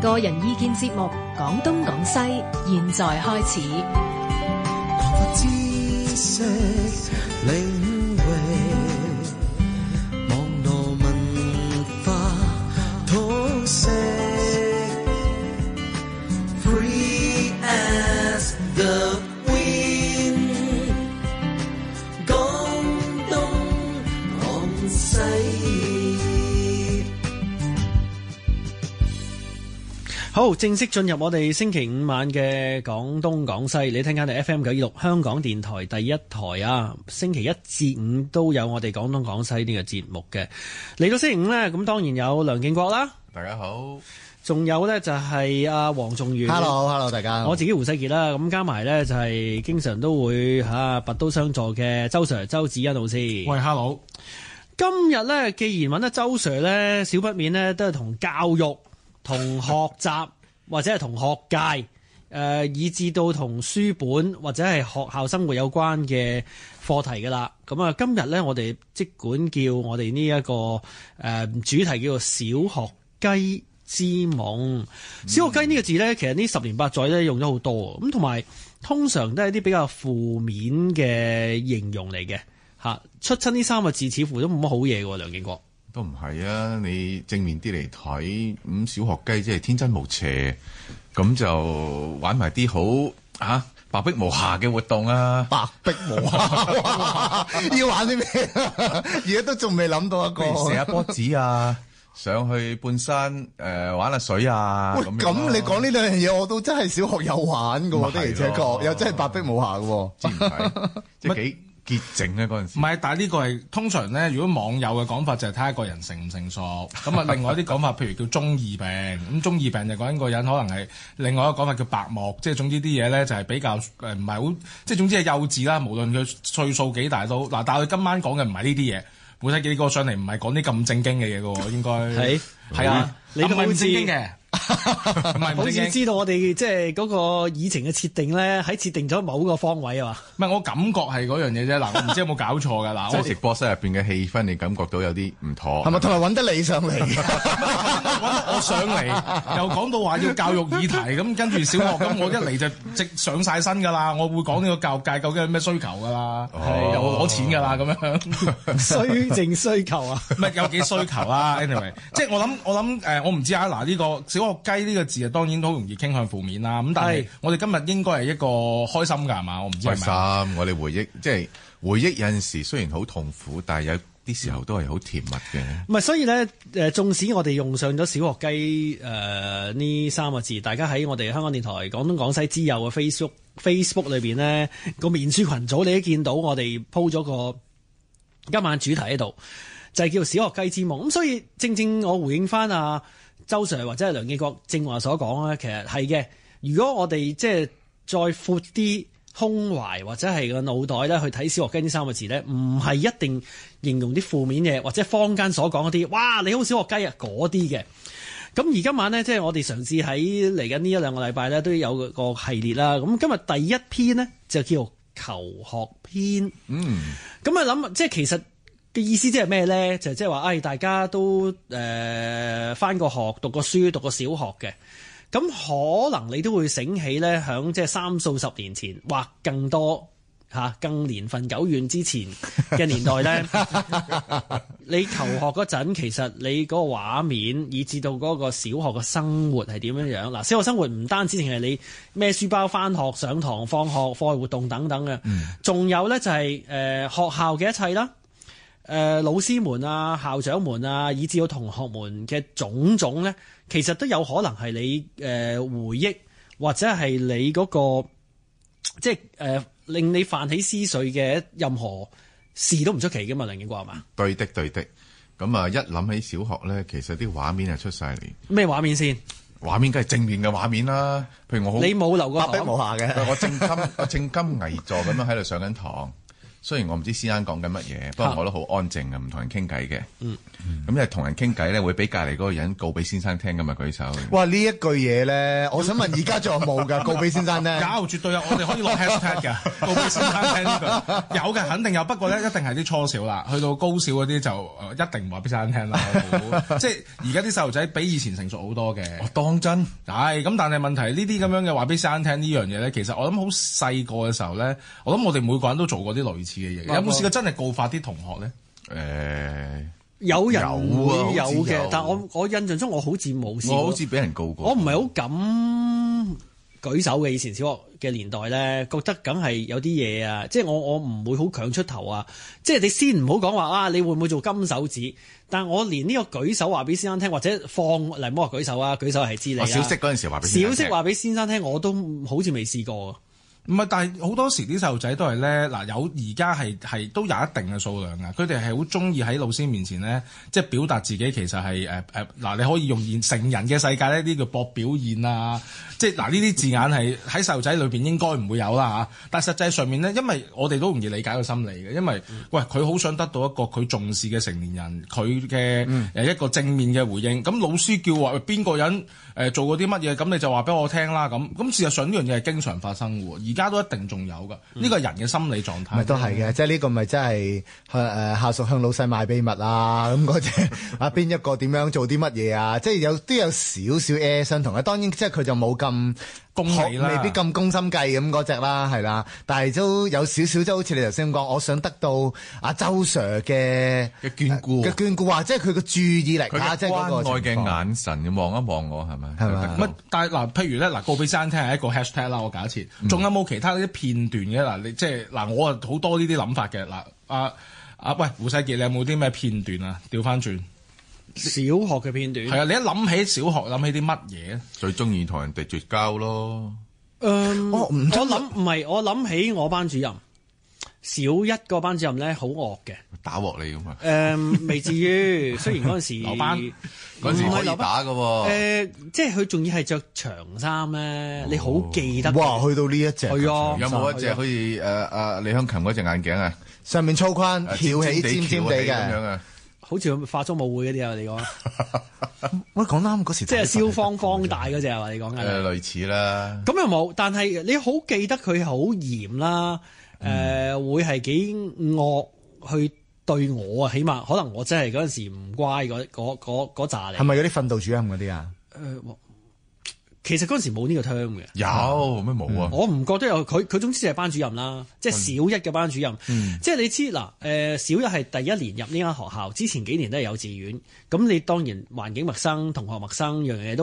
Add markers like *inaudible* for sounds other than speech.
個人意見節目《講東講西》，現在開始。擴闊知識領域，網絡文化通識，Free as the wind。廣東廣西。好，正式進入我哋星期五晚嘅廣東廣西，你聽緊係 FM 九二六香港電台第一台啊！星期一至五都有我哋廣東廣西呢個節目嘅。嚟到星期五呢，咁當然有梁敬國啦，大家好，仲有呢就係阿黃仲元。 Hello，Hello，大家。我自己胡世傑啦，咁加埋呢就係經常都會嚇拔刀相助嘅周 Sir 周子恩老師。喂，hello，今日呢，既然揾得周 Sir 呢，少不免呢都係同教育、同學習或者係同學界，誒、呃以至到同書本或者係學校生活有關嘅課題㗎啦。咁啊，今日呢，我哋即管叫我哋呢一個誒、主題叫做小學雞之夢。小學雞呢個字呢，其實呢十年八載呢用咗好多，咁同埋通常都係啲比較負面嘅形容嚟嘅。嚇出親呢三個字，似乎都冇乜好嘢喎，梁敬國。都唔係啊！你正面啲嚟睇，咁小學雞即係天真無邪，咁就玩埋啲好啊白璧無瑕嘅活動啊！白璧 *laughs* 無瑕，要玩啲咩？而家都仲未諗到一個譬。如射下波子啊，上去半山誒、呃玩下水啊喂，咁樣咯咁你講呢兩樣嘢，我都真係小學有玩嘅咪係喎，的而且咯確又真係白璧無瑕嘅喎。知唔 *laughs* 係？即係幾潔淨啊！嗰陣時唔係，但係呢個係通常咧，如果網友嘅講法就係睇下個人成唔成熟。咁 *laughs* 啊，另外啲講法，譬如叫中二病，咁中二病就講緊個人可能係另外一個講法叫白目，即係總之啲嘢咧就係比較誒呃唔係好，即係總之係幼稚啦。無論佢歲數幾大都嗱，但係佢今晚講嘅唔係呢啲嘢。本身幾個上嚟唔係講啲咁正經嘅嘢嘅喎，應該係嗯係啊，你都唔係好唔正似經 *laughs* 嘅，唔係好唔似正經。知道我哋即係嗰個以前嘅設定咧，喺設定咗某個方位啊嘛。唔係我感覺係嗰樣嘢啫。嗱，我唔知有冇搞錯㗎。嗱，即我係直播室入邊嘅氣氛，你感覺到有啲唔妥，係咪？同埋揾得你上 *laughs* 嚟，我上嚟又講到話要教育議題，咁跟住小學咁，我一嚟就直上晒身㗎啦，我會講呢個教育界究竟有咩需求㗎啦，哦又攞錢㗎啦咁樣。需正需求啊，唔係有幾需求啦，anyway，即係我諗我諗誒、呃我唔知啊，嗱呢、個小學雞呢個字啊，當然都好容易傾向負面啦。咁但係係我哋今日應該係一個開心㗎係嘛？我唔知開係咪啊。心。我哋回憶，即係回憶有陣時雖然好痛苦，但係有啲時候都係好甜蜜嘅。唔係，所以咧，誒，縱使我哋用上咗小學雞誒呢三個字，大家喺我哋香港電台廣東廣西之友嘅 Facebook Facebook 裏邊咧個面書群組，你都見到我哋鋪咗個今晚主題喺度，就係、叫小學雞之夢。咁所以正正我回應翻啊周 Sir 或者係梁敬國正話所講咧，其實係嘅。如果我哋即係再闊啲胸懷或者係個腦袋咧去睇小學雞呢三個字咧，唔係一定形容啲負面嘢，或者坊間所講嗰啲，哇你好小學雞啊嗰啲嘅。咁而今晚呢，即係我哋嘗試喺嚟緊呢一兩個禮拜呢，都有個系列啦。咁今日第一篇呢，就叫求學篇。嗯，咁啊諗，即係其實嘅意思即係咩咧？就即係話，唉、大家都誒翻過學、讀過書、讀過小學嘅，咁可能你都會醒起咧，響即係三數十年前或更多。嚇，更年份久遠之前嘅年代咧， *laughs* 你求學嗰陣，其實你嗰個畫面，以至到嗰個小學嘅生活係點樣樣？嗱，小學生活唔單止淨係你孭書包返學、上堂、放學、課外活動等等嘅，仲、有呢就係、誒、學校嘅一切啦。誒、老師們啊、校長們啊，以至到同學們嘅種種呢，其實都有可能係你誒、回憶，或者係你嗰、個即係誒、呃令你泛起思緒嘅任何事都唔出奇噶嘛，梁景國係嘛？對的對的。咁啊，一諗起小學咧，其實啲畫面係出晒嚟，咩畫面先？畫面梗係正面嘅畫面啦。譬如我好，你冇留過白璧堂 *laughs* 無瑕嘅。我正襟我正襟危坐咁樣喺度上緊堂，雖然我唔知先生講緊乜嘢，不過我都好安靜嘅，唔同人傾偈嘅。嗯，咁因為同人傾偈咧，會俾隔離嗰個人告俾先生聽㗎嘛，舉手。哇！呢一句嘢咧，我想問而家仲有冇㗎？告俾先生 *laughs* 咧，有絕對有，我哋可以攞 hashtag *laughs* 嘅，告俾先生聽呢句有嘅，肯定有。不過咧，一定係啲初小啦，去到高小嗰啲就呃一定唔話俾先生 *laughs* 聽啦。我估即係而家啲細路仔比以前成熟好多嘅。我當真，係咁，但係問題呢啲咁樣嘅話俾先生聽呢樣嘢咧，其實我諗好細個嘅時候咧，我諗我哋每個人都做過啲類似嘅嘢。有冇試過真係告發啲同學咧？誒，有人有啊會有好似有嘅，但我我印象中我好似冇試過。我好似俾人告過。我唔係好敢舉手嘅。以前小學嘅年代咧，覺得梗係有啲嘢啊，即係我我唔會好強出頭啊。即係你先唔好講話啊，你會唔會做金手指？但我連呢個舉手話俾先生聽，或者放嚟唔好話舉手啊，舉手係知你啦我小息嗰陣時話俾先小生息聽話俾先生聽，我都好似未試過啊。唔係，但係好多時啲細路仔都係咧，嗱有而家係係都有一定嘅數量㗎，佢哋係好中意喺老師面前咧，即係表達自己其實係誒誒嗱，你可以用現成人嘅世界呢啲叫博表現啊，即係嗱呢啲字眼係喺細路仔裏邊應該唔會有啦嚇，但係實際上面咧，因為我哋都唔易理解個心理嘅，因為喂佢好想得到一個佢重視嘅成年人，佢嘅誒一個正面嘅回應，咁老師叫話喂邊個人誒、做過啲乜嘢，咁你就話俾我聽啦咁，咁事實上呢樣嘢係經常發生嘅喎，而家都一定仲有㗎，呢個係人嘅心理狀態。咪都係嘅，即係呢個咪真係向誒下屬向老細賣秘密啊咁嗰只啊邊一個點樣做啲乜嘢啊？即係有都有少少 air 相同嘅，當然即係佢就冇咁功利啦學未必咁攻心計咁嗰只啦，係啦，但係都有少少即係好似你頭先咁講，我想得到阿周 Sir 嘅嘅眷顧嘅眷顧啊，即係佢嘅注意力佢啊，即嘅係嗰個關愛情況嘅眼神望一望我係咪？係咪乜？啊但係嗱，譬如咧，嗱，告俾山聽係一個 hashtag 啦，我假設，仲有冇其他啲片段嘅？嗱，你即係嗱，我啊好多呢啲諗法嘅。嗱，啊啊，喂，胡世傑，你有冇啲咩片段啊？調翻轉，小學嘅片段，係啊，你一諗起小學諗起啲乜嘢咧？最中意同人哋絕交咯。嗯哦唔我諗唔係，我諗起我班主任，小一個班主任咧好惡嘅。打鑊你咁啊！誒、未至於，雖然嗰陣時留班嗰陣時唔係可以留班打誒、㗎喎，即係佢仲要係着長衫咧，你好記得。哇，去到呢一隻係啊，有冇一隻好似誒誒李香琴嗰隻眼鏡啊？上面粗框誒哦翹起尖尖地咁樣嘅，啊！好似佢化妝舞會嗰啲啊？你講，我講得啱嗰時即係睇法蕭芳芳大嗰只啊？你講誒緊。類似啦。咁又冇，但係你好記得佢好嚴啦，誒、會係幾惡去對我啊？起碼可能我真係嗰陣時唔乖嗰嗰嗰嗰扎嚟。係咪嗰啲訓導主任嗰啲啊？誒呃我其實嗰陣時冇呢個 term 嘅。有咩冇啊？我唔覺得有佢，佢總之就係班主任啦，即係小一嘅班主任。即係你知嗱，誒、小一係第一年入呢間學校，之前幾年都係幼稚園，咁你當然環境陌生，同學陌生，樣樣嘢都唔